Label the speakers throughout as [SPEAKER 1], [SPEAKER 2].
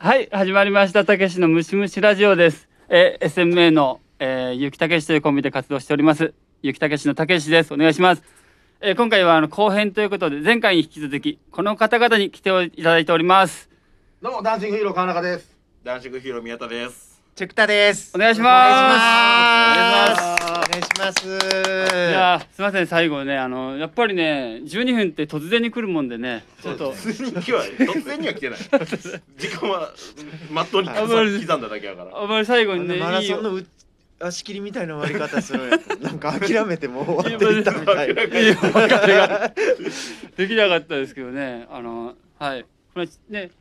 [SPEAKER 1] はい、始まりました。たけしのムシムシラジオです。えー、SMA の、えー、ゆきたけしというコンビで活動しております。ゆきたけしのたけしです。お願いします。えー、今回はあの後編ということで、前回に引き続き、この方々に来ていただいております。
[SPEAKER 2] どうもダンシングヒーロー川中です。
[SPEAKER 3] ダンシングヒーロー宮田です。
[SPEAKER 4] チェクタです。
[SPEAKER 1] お願いします
[SPEAKER 4] お願いします。お願いし
[SPEAKER 1] い
[SPEAKER 4] ま
[SPEAKER 1] やーすみません、最後ね、あの、やっぱりね、12分って突然に来るもんでね、ちょっと。
[SPEAKER 3] 普通に今日は突然には来てない。時間はまっとうに刻んだだけやから。
[SPEAKER 1] あんまり最後
[SPEAKER 4] す。
[SPEAKER 1] にね、
[SPEAKER 4] マラ
[SPEAKER 1] いい
[SPEAKER 4] ソン
[SPEAKER 1] よ。
[SPEAKER 4] のう足切りみたいな終わり方す るんやつ。なんか諦めてもう終わっていったみたいな。
[SPEAKER 1] いいよができなかったですけどね、あの、はい、これね、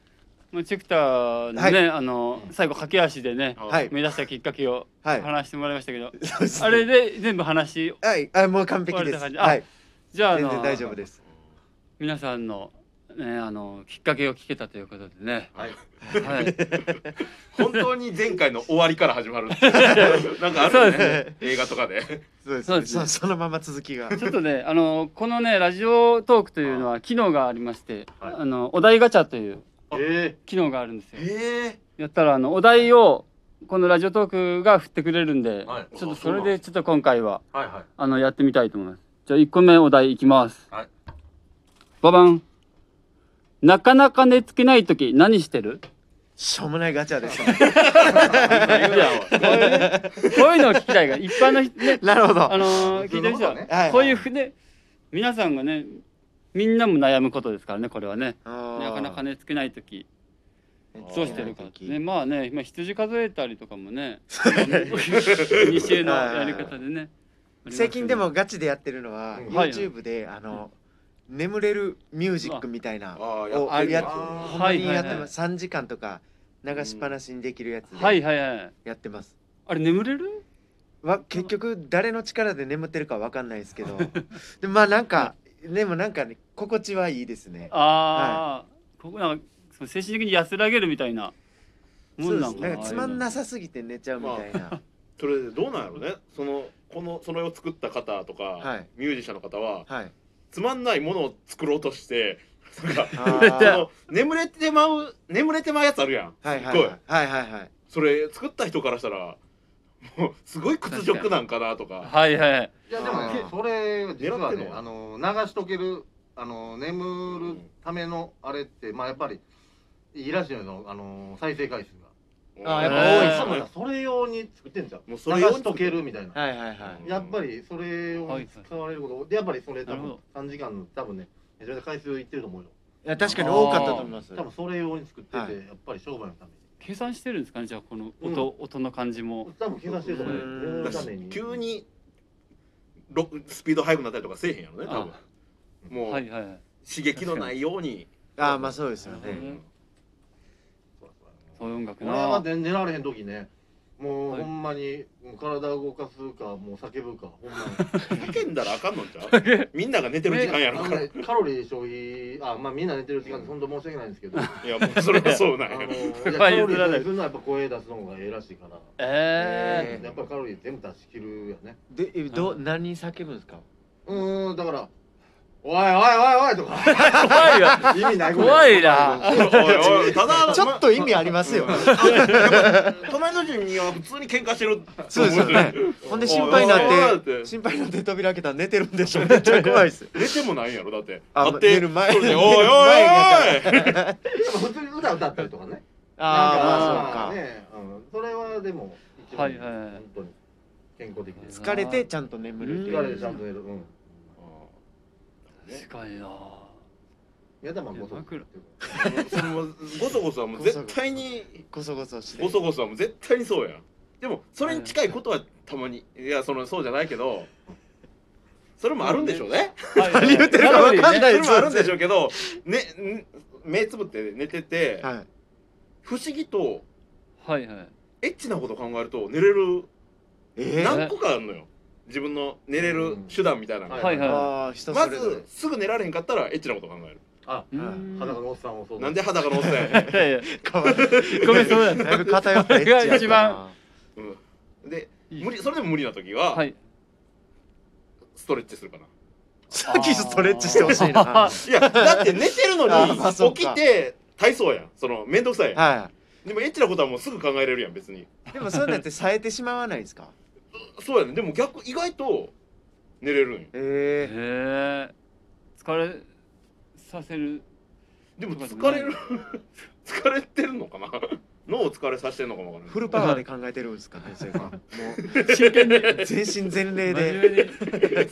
[SPEAKER 1] もうチェクターのね、
[SPEAKER 4] は
[SPEAKER 1] あの、最後駆け足でね、
[SPEAKER 4] はい
[SPEAKER 1] 目指したきっかけを
[SPEAKER 4] はい
[SPEAKER 1] 話してもらいましたけど、
[SPEAKER 4] そうです
[SPEAKER 1] あれで全部話、
[SPEAKER 4] はい、あもう完璧です。
[SPEAKER 1] 終わりな
[SPEAKER 4] は
[SPEAKER 1] 感
[SPEAKER 4] い、
[SPEAKER 1] じゃあ、あ
[SPEAKER 4] 全
[SPEAKER 1] の
[SPEAKER 4] 然、大丈夫です。
[SPEAKER 1] 皆さんの、ね、あの、きっかけを聞けたということで ね、
[SPEAKER 3] はい。
[SPEAKER 1] はい。
[SPEAKER 3] 本当に前回の終わりから始まる。なんかあるよ
[SPEAKER 1] そう
[SPEAKER 3] ね。映画とかで。
[SPEAKER 4] そうです。
[SPEAKER 1] そうですね
[SPEAKER 4] そそのまま続きが。
[SPEAKER 1] ちょっとね、あのこのねラジオトークというのは機能がありまして、
[SPEAKER 3] はい
[SPEAKER 1] あのお題ガチャという
[SPEAKER 3] え
[SPEAKER 1] 機能があるんですよ。
[SPEAKER 3] え
[SPEAKER 1] やったらあのお題をこのラジオトークが振ってくれるんで、
[SPEAKER 3] はい
[SPEAKER 1] ちょっとそ
[SPEAKER 3] あそう
[SPEAKER 1] れ
[SPEAKER 3] なん
[SPEAKER 1] でちょっと今回は
[SPEAKER 3] はいはい。
[SPEAKER 1] あのやってみたいと思います。じゃあ1個目お題いきます。
[SPEAKER 3] はい
[SPEAKER 1] ババン。なかなか寝つけない時何してる？
[SPEAKER 4] しょうもないガチャです。
[SPEAKER 1] こういうのを聞きたいから一般の人ね、
[SPEAKER 4] なるほど。
[SPEAKER 1] あのー聞いてる人は
[SPEAKER 2] 普通のことね
[SPEAKER 4] はい
[SPEAKER 1] こういうふね皆さんがねみんなも悩むことですからねこれはね。なかなか
[SPEAKER 4] ね。
[SPEAKER 1] 寝つけない時どうしてるか
[SPEAKER 4] 寝つけない時
[SPEAKER 1] ねまあね今羊数えたりとかも ね二週のやり方でね
[SPEAKER 4] 最近でもガチでやってるのは、
[SPEAKER 3] うん
[SPEAKER 4] YouTube であの眠れるミュージックみたいな
[SPEAKER 3] ああ、
[SPEAKER 4] を
[SPEAKER 3] やってる
[SPEAKER 4] や
[SPEAKER 3] や
[SPEAKER 4] っ
[SPEAKER 3] つ。
[SPEAKER 4] ほんまにやって
[SPEAKER 1] はいはいは
[SPEAKER 4] ま
[SPEAKER 1] い
[SPEAKER 4] す。三時間とか流しっぱなしにできるやつ
[SPEAKER 1] は
[SPEAKER 4] で
[SPEAKER 1] いはいはい
[SPEAKER 4] やってます。
[SPEAKER 1] あれ眠れる
[SPEAKER 4] わ結局誰の力で眠ってるかわかんないですけどでまあなんかでもなんかね心地はいいですね
[SPEAKER 1] ああここなんかその精神的に安らげるみたいなもんなん
[SPEAKER 4] そう
[SPEAKER 1] かな
[SPEAKER 4] ですなんかつまん
[SPEAKER 1] あ
[SPEAKER 4] なさすぎて寝ちゃうみたいな、
[SPEAKER 3] それでどうなんやろうね。その、この、それを作った方と
[SPEAKER 4] は
[SPEAKER 3] か
[SPEAKER 4] い、
[SPEAKER 3] ミュージシャンの方は、
[SPEAKER 4] はい
[SPEAKER 3] つまんないものを作ろうとして、なんか、
[SPEAKER 4] あ
[SPEAKER 3] そ
[SPEAKER 4] ー
[SPEAKER 3] の眠れてまう、眠れてまうやつあるやん。
[SPEAKER 4] はいは
[SPEAKER 3] す
[SPEAKER 4] い
[SPEAKER 3] っ
[SPEAKER 4] はいはいはいはい
[SPEAKER 3] それ作った人からしたらもうすごい屈辱なんかなと
[SPEAKER 1] いうの
[SPEAKER 3] か
[SPEAKER 1] はいはい
[SPEAKER 2] いやでもね
[SPEAKER 4] あー
[SPEAKER 2] それ実
[SPEAKER 3] 狙っ
[SPEAKER 2] は
[SPEAKER 3] てん
[SPEAKER 2] ね
[SPEAKER 3] の
[SPEAKER 2] あの流しとけるあの眠るためのあれってまあやっぱりいいらしいのよあの再生回数
[SPEAKER 4] あー
[SPEAKER 2] がやっぱ
[SPEAKER 1] へー
[SPEAKER 2] 多い
[SPEAKER 1] っす
[SPEAKER 2] 多
[SPEAKER 1] ね
[SPEAKER 2] 分なそれ用に作ってんじゃん
[SPEAKER 3] もう
[SPEAKER 2] 流
[SPEAKER 3] それ用に
[SPEAKER 2] しとけるみたいな
[SPEAKER 4] はいはいはい
[SPEAKER 3] うん
[SPEAKER 2] やっぱりそれを使われることでやっぱりそれ多
[SPEAKER 1] なる
[SPEAKER 2] 分
[SPEAKER 1] ほ
[SPEAKER 2] 3時間の多分ねめちゃめちゃ回数いってると思うよ
[SPEAKER 4] いや確かに多かったと思います
[SPEAKER 2] 多分それ用に作っててや
[SPEAKER 4] はい
[SPEAKER 2] っぱり商売のために
[SPEAKER 1] 計算してるんですかねじゃあこの音、音の感じも
[SPEAKER 2] 多分計算してると思うよ
[SPEAKER 4] うーん
[SPEAKER 2] 眠るために
[SPEAKER 3] 急にロスピード速くなったりとかせえへんやろね多分もう
[SPEAKER 1] はいはいはい
[SPEAKER 3] 刺激のないように
[SPEAKER 4] ああまあそうですよ
[SPEAKER 1] なるほど
[SPEAKER 4] ね
[SPEAKER 1] ねそういう音楽
[SPEAKER 2] 俺は
[SPEAKER 1] な
[SPEAKER 2] 全然られへん時ねもう、
[SPEAKER 1] はい
[SPEAKER 2] ほんまにもう体動かすかもう叫ぶかほんま
[SPEAKER 3] 叫んだらあかんの ちゃうみんなが寝てる時間やろ
[SPEAKER 2] に
[SPEAKER 3] か
[SPEAKER 2] あん
[SPEAKER 3] ら
[SPEAKER 2] ま
[SPEAKER 3] い
[SPEAKER 2] りカロリー消費あまあみんな寝てる時間で本当申し訳ないんですけどあ
[SPEAKER 3] やもうそれはそうなん
[SPEAKER 2] の
[SPEAKER 3] や
[SPEAKER 2] いや
[SPEAKER 1] まあ
[SPEAKER 2] カロリ
[SPEAKER 1] 譲らない
[SPEAKER 2] ー消費するのはやっぱ声出すの方がええらしいから、
[SPEAKER 1] え
[SPEAKER 4] え
[SPEAKER 2] やっぱりカロリー全部出し切るやね
[SPEAKER 4] でえどう何叫ぶんですか
[SPEAKER 2] うーんだから「おいおいおいおい」とか
[SPEAKER 1] え怖い わ
[SPEAKER 2] 意味ないこと
[SPEAKER 1] 怖いな
[SPEAKER 3] おいおいた だ
[SPEAKER 4] ちょっと意味ありますよ、
[SPEAKER 3] 隣の人には普通に喧嘩してる
[SPEAKER 4] そうですよ ねほんで心配になっ
[SPEAKER 3] おいおい
[SPEAKER 4] て心配になって扉開けたら寝てるんでしょめっちゃ怖いです
[SPEAKER 3] 寝てもないんやろだって
[SPEAKER 4] あ
[SPEAKER 3] って
[SPEAKER 4] 寝る 前
[SPEAKER 3] それでおいおいおい
[SPEAKER 2] でも普通に歌歌ったりとかね
[SPEAKER 4] ああまあそうか、
[SPEAKER 2] ね、うん、それはでも一番
[SPEAKER 1] はいはいはい
[SPEAKER 2] 本当に健康的です
[SPEAKER 4] 疲れてちゃんと眠るっていう
[SPEAKER 2] 疲れてちゃんと寝る。うん。
[SPEAKER 1] 確かにな
[SPEAKER 2] 宮田マンこそ。
[SPEAKER 1] いや枕
[SPEAKER 3] そのごそごそはもう絶対に
[SPEAKER 4] ごそごそして
[SPEAKER 3] ごそごそはもう絶対にそうやんでもそれに近いことはたまにいやそのそうじゃないけどそれもあるんでしょうね
[SPEAKER 1] 何
[SPEAKER 4] 言ってるか分かん
[SPEAKER 3] そ
[SPEAKER 4] ない
[SPEAKER 3] れもあるんでしょうけど、ね、ん目つぶって寝てて、
[SPEAKER 4] はい、
[SPEAKER 3] 不思議と
[SPEAKER 1] はいはい
[SPEAKER 3] エッチなこと考えると寝れる
[SPEAKER 4] えー、
[SPEAKER 3] 何個かあるのよ自分の寝れる手段みたいなのが、
[SPEAKER 1] はいはい
[SPEAKER 4] ああ人
[SPEAKER 3] ま
[SPEAKER 4] それぞれ、
[SPEAKER 3] ずすぐ寝られへんかったらエッチなこと考える
[SPEAKER 2] あ、
[SPEAKER 1] うーん
[SPEAKER 2] 裸のおっさんもそうだ。
[SPEAKER 3] なんで裸のおっさんやね
[SPEAKER 1] いやいや
[SPEAKER 4] かわいい
[SPEAKER 1] ごめんそうだね
[SPEAKER 4] だいぶ偏ったエッチやったな
[SPEAKER 1] 一番
[SPEAKER 3] ん、うん、で無理それでも無理な時は、
[SPEAKER 1] はい
[SPEAKER 3] ストレッチするかな
[SPEAKER 4] さっきストレッチしてほしい なはい
[SPEAKER 3] やだって寝てるの
[SPEAKER 4] あまあそ
[SPEAKER 3] に
[SPEAKER 4] う
[SPEAKER 3] 起
[SPEAKER 4] か
[SPEAKER 3] きて体操やんその面倒くさいやん
[SPEAKER 4] い
[SPEAKER 3] でもエッチなことはもうすぐ考えれるやん別に
[SPEAKER 4] でもそういうのって冴えてしまわないですか
[SPEAKER 3] そうやねでも逆意外と寝れるんよ
[SPEAKER 1] へ
[SPEAKER 4] ええ
[SPEAKER 1] え疲れさせる
[SPEAKER 3] でも疲れる 疲れてるのかな 脳を疲れさせてるのかもわからん
[SPEAKER 4] フルパワーで考えてるんですかねそれかも
[SPEAKER 1] 真剣に
[SPEAKER 4] う全身全
[SPEAKER 1] 真
[SPEAKER 4] 霊で
[SPEAKER 1] 面目にな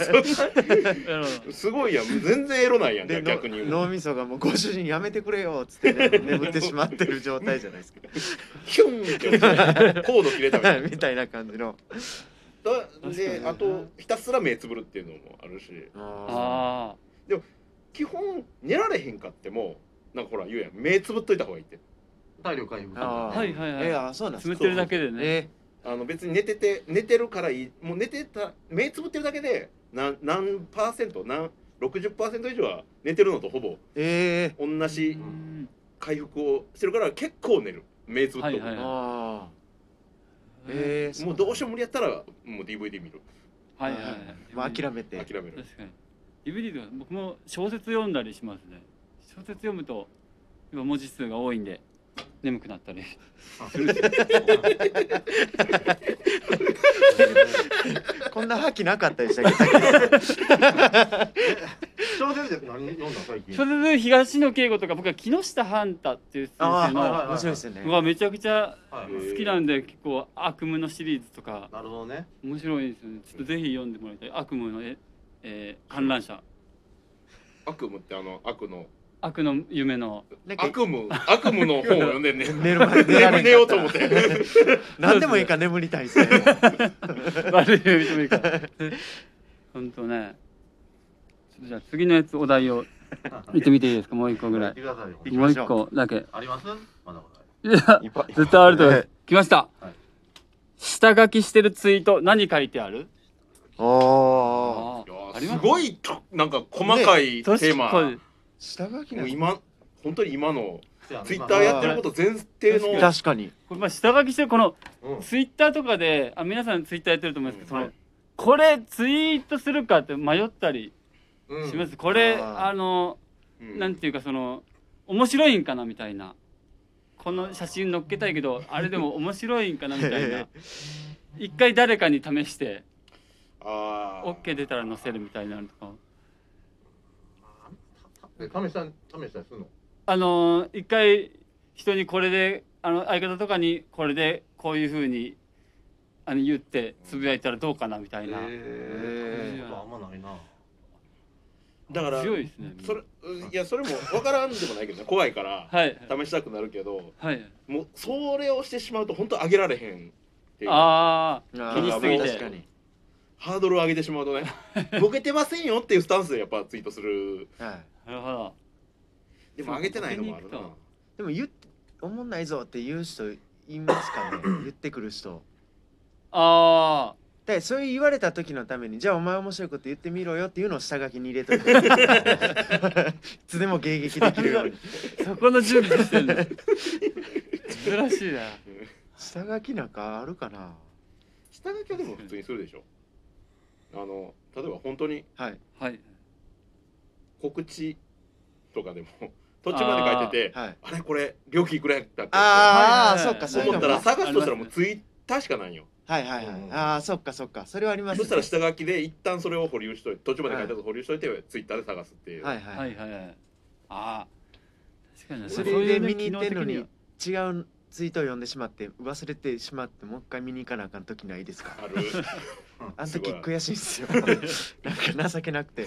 [SPEAKER 1] るほど
[SPEAKER 3] すごいやん全然エロないやん
[SPEAKER 4] での
[SPEAKER 3] 逆に
[SPEAKER 4] 脳みそがもうご主人やめてくれよっつって、ね、眠ってしまってる状態じゃないですか
[SPEAKER 3] ヒュンって落ち てコード切れたみたいな
[SPEAKER 4] みたいな感じの
[SPEAKER 3] だ
[SPEAKER 1] 確か
[SPEAKER 3] で
[SPEAKER 1] に
[SPEAKER 3] あとひたすら目つぶるっていうのもあるし
[SPEAKER 1] あ
[SPEAKER 4] あ
[SPEAKER 3] 基本寝られへんかってもなんかほら言うやん目つぶっといた方がいいって
[SPEAKER 2] 体力回復と
[SPEAKER 4] あ
[SPEAKER 2] か
[SPEAKER 1] ーはいはいはい、
[SPEAKER 4] えー、あそうなんです
[SPEAKER 1] つ
[SPEAKER 4] か
[SPEAKER 1] ぶってるだけでね
[SPEAKER 4] え
[SPEAKER 3] あの別に寝てて寝てるからいいもう寝てた目つぶってるだけで何何パーセント何60%以上は寝てるのとほぼ
[SPEAKER 4] ー、え
[SPEAKER 3] 同
[SPEAKER 1] う
[SPEAKER 3] じ
[SPEAKER 1] ん
[SPEAKER 3] 回復をしてるから結構寝る目つぶっとく、
[SPEAKER 1] はいはい
[SPEAKER 4] ー、ああえー、
[SPEAKER 3] もうどうし
[SPEAKER 4] よ
[SPEAKER 3] ようも無理やったらもう DVD 見る
[SPEAKER 1] はいはい
[SPEAKER 4] も
[SPEAKER 1] は
[SPEAKER 4] う
[SPEAKER 1] い
[SPEAKER 4] 諦めて
[SPEAKER 3] 諦める
[SPEAKER 1] 確かに DVD とか僕も小説読んだりしますね小説読むと今文字数が多いんで眠くなったり
[SPEAKER 4] こんな覇気なかった でしたっけ
[SPEAKER 2] 小説で何読んだ最近
[SPEAKER 1] それで東野圭吾とか僕は木下半太っていう先生
[SPEAKER 4] ああ、
[SPEAKER 1] の
[SPEAKER 4] はい、面白いですよね
[SPEAKER 1] がめちゃくちゃ
[SPEAKER 2] はい
[SPEAKER 3] へー
[SPEAKER 1] 好きなんで結構悪夢のシリーズとか
[SPEAKER 2] なるほどね
[SPEAKER 1] 面白いですよねちょっとぜひ読んでもらいたい悪夢のえ、えー、観覧車
[SPEAKER 3] 悪夢ってあの悪の
[SPEAKER 1] 悪の夢の
[SPEAKER 4] なんか
[SPEAKER 3] 悪夢悪夢の本を 読んでんねん
[SPEAKER 4] 寝るまで寝られ
[SPEAKER 3] 寝
[SPEAKER 4] んかった
[SPEAKER 3] 寝ようと思って
[SPEAKER 4] 何でもいいから眠りたいですね
[SPEAKER 1] 悪い夢見てもいいから本当ねちょっとじゃあ次のやつお題を見てみていいですかもう一個ぐら
[SPEAKER 2] 行ってくださいよ
[SPEAKER 4] 行き
[SPEAKER 1] もう
[SPEAKER 4] まし
[SPEAKER 1] 一
[SPEAKER 4] ょう
[SPEAKER 1] 個だけ。
[SPEAKER 2] ありますまだまだ
[SPEAKER 1] いや、 絶対あると思います。来ました
[SPEAKER 2] はい。
[SPEAKER 1] 下書きしてるツイート、何書いてある。
[SPEAKER 4] おお
[SPEAKER 1] あ
[SPEAKER 3] いやー
[SPEAKER 1] あります
[SPEAKER 3] すごいとなんか細かいテーマ、
[SPEAKER 1] 確か
[SPEAKER 4] 下書き
[SPEAKER 3] も
[SPEAKER 4] な
[SPEAKER 3] う
[SPEAKER 4] んです
[SPEAKER 3] 今本当に今のツイッター
[SPEAKER 4] 今
[SPEAKER 3] やってること前提
[SPEAKER 1] 今
[SPEAKER 3] の
[SPEAKER 4] 確かに
[SPEAKER 1] これ、まあ、下書きしてる、この
[SPEAKER 2] うん
[SPEAKER 1] ツイッターとかで、あ、皆さんツイッターやってると思いますけど、
[SPEAKER 3] うん
[SPEAKER 1] その。これツイートするかって迷ったり
[SPEAKER 2] うん
[SPEAKER 1] します。これ、
[SPEAKER 4] あー
[SPEAKER 1] あの、なんていうか、その。面白いんかなみたいな。この写真載っけたいけど、あれでも面白いんかなみたい な。一回誰かに試して、
[SPEAKER 3] あ
[SPEAKER 1] オッケー出たら載せるみたいなのとか。
[SPEAKER 2] え試した試したりするの
[SPEAKER 1] あのー一回人にこれであの相方とかにこれでこういうふうにあの言ってつぶやいたらどうかなみたいな、
[SPEAKER 2] ええあんまないな
[SPEAKER 3] だから
[SPEAKER 1] 強いですね
[SPEAKER 3] それうんいやそれも分からんでもないけどね怖いから
[SPEAKER 1] はい
[SPEAKER 3] 試したくなるけど
[SPEAKER 1] はい
[SPEAKER 3] もうそれをしてしまうと本当上げられへんっていうハ
[SPEAKER 1] ああ
[SPEAKER 4] あー
[SPEAKER 1] 気にしすぎて
[SPEAKER 4] 確かに
[SPEAKER 3] ードルを上げてしまうとねボケてませんよっていうスタンスでやっぱツイートする
[SPEAKER 4] はい
[SPEAKER 1] なるほど
[SPEAKER 3] でも上げてないのもあるな
[SPEAKER 1] そう
[SPEAKER 4] でも言っておもんないぞって言う人います かね言ってくる人
[SPEAKER 1] ああ
[SPEAKER 4] でそういう言われた時のためにじゃあお前面白いこと言ってみろよっていうのを下書きに入れとい ていつでも迎撃できるように
[SPEAKER 1] そこの準備してるの珍しいな
[SPEAKER 4] 下書きなんかあるかな
[SPEAKER 3] 下書きはでも普通にするでしょあの例えば本当に
[SPEAKER 4] はい
[SPEAKER 1] はい
[SPEAKER 3] 告知とかでも途中まで書いてて
[SPEAKER 4] はい
[SPEAKER 3] あれこれ料金いくらやったっけ
[SPEAKER 4] あ
[SPEAKER 1] はいはい
[SPEAKER 4] あ
[SPEAKER 1] はい
[SPEAKER 4] そっかそういう
[SPEAKER 3] 思
[SPEAKER 4] の
[SPEAKER 3] っ
[SPEAKER 4] も
[SPEAKER 3] た
[SPEAKER 4] は
[SPEAKER 3] ら探
[SPEAKER 4] い
[SPEAKER 3] すとしたらもうツイッターしかないんよ
[SPEAKER 4] はいはいああそっかそっかそれはあります
[SPEAKER 3] そ
[SPEAKER 4] ね
[SPEAKER 3] したら下書きで一旦それを保留しといて途中まで書いたやつを保留しといて、ツイッターで探すっていう、
[SPEAKER 4] はい
[SPEAKER 1] は
[SPEAKER 4] はい
[SPEAKER 1] いはいはいああ確かにね
[SPEAKER 4] それで
[SPEAKER 1] ね
[SPEAKER 4] 見に行ってんの
[SPEAKER 1] 機能
[SPEAKER 4] に
[SPEAKER 1] 的
[SPEAKER 4] 違うツイートを読んでしまって忘れてしまってもう一回見に行かなあかん時ないですか
[SPEAKER 3] あ る
[SPEAKER 4] あの
[SPEAKER 3] すご
[SPEAKER 4] 時
[SPEAKER 3] い
[SPEAKER 4] 悔しいんすよなんか情けなくて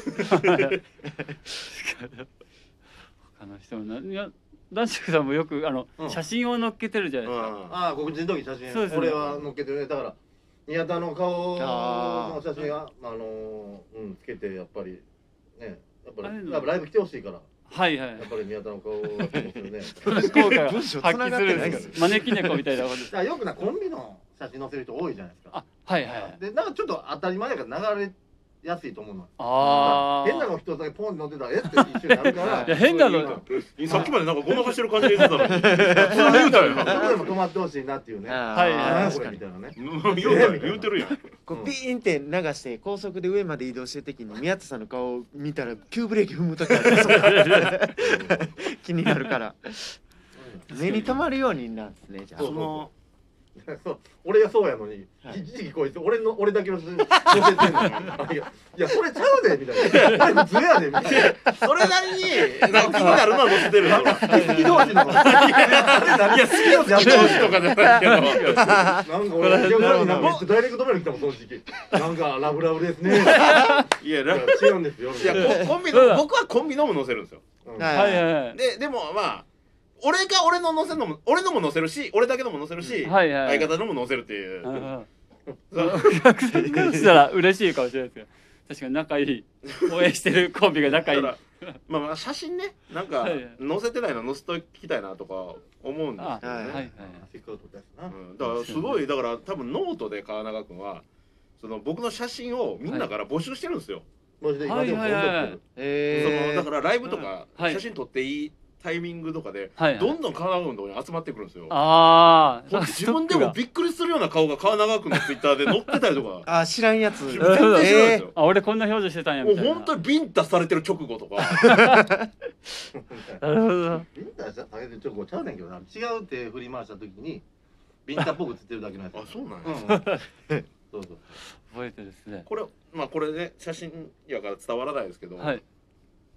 [SPEAKER 1] 他の人もないや男爵さんもよくあの、
[SPEAKER 2] うん
[SPEAKER 1] 写真を載っけてるじゃないですか、
[SPEAKER 3] う
[SPEAKER 2] ああ告知の時写真
[SPEAKER 1] そうですね
[SPEAKER 2] これは載っけてるねだから宮田の顔の写真があのーうんつけてやっぱりねやっぱ
[SPEAKER 1] ああいう
[SPEAKER 2] り
[SPEAKER 1] の
[SPEAKER 2] やっぱライブ来てほしいから
[SPEAKER 1] はいはい
[SPEAKER 2] やっぱり宮田の顔が来てるね
[SPEAKER 1] 効果が
[SPEAKER 4] 文章
[SPEAKER 1] 発揮
[SPEAKER 4] 繋がっ
[SPEAKER 1] す
[SPEAKER 4] て
[SPEAKER 1] る
[SPEAKER 4] ない
[SPEAKER 1] ん
[SPEAKER 4] っ
[SPEAKER 1] ですす
[SPEAKER 4] よ
[SPEAKER 1] よ招き猫みたいなことです
[SPEAKER 2] だからよくなコンビの写真載せる人多いじゃないですか
[SPEAKER 1] あはいはいはい
[SPEAKER 2] でなんかちょっと当たり前だから流れやすいと思うの
[SPEAKER 1] あ
[SPEAKER 2] 変なの人だけポンって乗ってたらえって一緒になるから
[SPEAKER 1] いや変なの
[SPEAKER 2] そういう
[SPEAKER 3] んさっきまでなんかごまかしてる感じで言ってたのに普通に言うたよ
[SPEAKER 2] どこ
[SPEAKER 3] 今
[SPEAKER 2] でも止まってほしいなっていうね
[SPEAKER 4] あ
[SPEAKER 1] はい
[SPEAKER 4] ー
[SPEAKER 1] はい
[SPEAKER 2] あー
[SPEAKER 4] 確
[SPEAKER 2] こ
[SPEAKER 4] か
[SPEAKER 2] れみ
[SPEAKER 4] に
[SPEAKER 2] たいなね
[SPEAKER 3] 言うたよ言うてるやん
[SPEAKER 4] こ
[SPEAKER 2] う
[SPEAKER 4] うんピーンって流して高速で上まで移動してる時に宮田さんの顔を見たら急ブレーキ踏む時ある気になるから目に留まるようになんですねじゃあ
[SPEAKER 2] そう
[SPEAKER 3] その
[SPEAKER 2] そう俺がそうやのに、
[SPEAKER 4] はい
[SPEAKER 2] 一時期こいつ俺の俺だけの女性女性ってんのよ いやいやそれちゃうでみたいなこれズレやでみたいな
[SPEAKER 3] それなりになんか気になるのは載せてるの
[SPEAKER 2] 好き同 士のこれ
[SPEAKER 3] いや好き同士とかじゃないけど
[SPEAKER 2] なんか俺逆になんかダイレクトメール来たもんその時期なんかラブラブですねい
[SPEAKER 3] いや
[SPEAKER 2] や
[SPEAKER 3] なんか
[SPEAKER 2] 違うんですよみ
[SPEAKER 3] い
[SPEAKER 2] た いな
[SPEAKER 3] やココンビの僕はコンビのも載せるんですよ
[SPEAKER 2] うん
[SPEAKER 4] はい
[SPEAKER 1] はいはい
[SPEAKER 3] ででもまあ俺が俺の載せるのも俺のも載せるし俺だけのも載せるし、
[SPEAKER 1] はいはい。
[SPEAKER 3] 相方のも載せるっていう、
[SPEAKER 1] うんうん
[SPEAKER 3] そう
[SPEAKER 1] 逆転からしたら嬉しいかもしれないですけど確かに仲いい応援してるコンビが仲いい
[SPEAKER 3] だからまあまあ写真ねなんか
[SPEAKER 1] はい
[SPEAKER 3] 載せてないの載せときたいなとか思うんですけどね、
[SPEAKER 4] あ
[SPEAKER 1] はい
[SPEAKER 2] せっかく撮ったやつな
[SPEAKER 3] うん、だからすごいだから多分ノートで川永君はその僕の写真をみんなから募集してるんですよ、
[SPEAKER 2] マジで今でも
[SPEAKER 1] はいはいはい
[SPEAKER 4] え
[SPEAKER 3] そのだからライブとか
[SPEAKER 1] はい
[SPEAKER 3] 写真撮っていいタイミングとかで
[SPEAKER 1] はいはい
[SPEAKER 3] どんどん川永君のところに集まってくるんですよ、
[SPEAKER 1] ああ
[SPEAKER 3] ほんと自分でもびっくりするような顔が川永君のツイッターで載ってたり とか
[SPEAKER 4] あ知らんやつ
[SPEAKER 3] 全然知らないですよ、
[SPEAKER 1] あ俺こんな表情してたんや
[SPEAKER 3] も
[SPEAKER 1] み
[SPEAKER 3] う
[SPEAKER 1] たいな
[SPEAKER 3] 本当にビンタされてる直後とか
[SPEAKER 1] なるほど
[SPEAKER 2] ビンタじゃあげてちょっとちゃうねんけどな違うって振り回した時にビンタっぽく映ってるだけのやつ
[SPEAKER 3] あそうなんや、
[SPEAKER 2] うんうんそうそう
[SPEAKER 1] 覚えてるですね
[SPEAKER 3] これまあこれね写真やから伝わらないですけど、
[SPEAKER 1] はい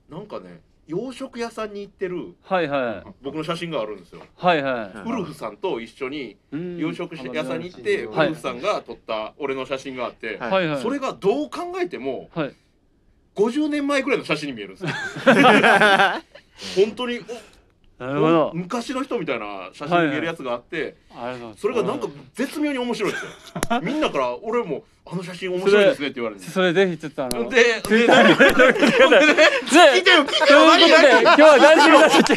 [SPEAKER 3] なんかね洋食屋さんに行ってる
[SPEAKER 1] はいはい
[SPEAKER 3] 僕の写真があるんですよ、
[SPEAKER 1] はいは
[SPEAKER 3] ウルフさんと一緒に
[SPEAKER 1] いうん
[SPEAKER 3] 洋食屋さんに行って、
[SPEAKER 2] うん
[SPEAKER 3] ウルフさんが撮った俺の写真があって、
[SPEAKER 4] は
[SPEAKER 1] はいはい
[SPEAKER 3] それがどう考えても
[SPEAKER 1] はい
[SPEAKER 3] 50年前ぐらいの写真に見えるんですよ 本当に
[SPEAKER 1] な
[SPEAKER 3] お
[SPEAKER 1] るほど
[SPEAKER 3] 昔の人みたいな写真に見えるやつがあって、
[SPEAKER 1] ありがとうございます
[SPEAKER 3] それがなんか絶妙に面白いんですよみんなから俺も「あの写真面白いですね」って言われて
[SPEAKER 1] それぜひちょっとあの
[SPEAKER 3] で
[SPEAKER 1] ツイッターに入れてください
[SPEAKER 3] 来てよ来てよ
[SPEAKER 1] ということで今日は男子の人たち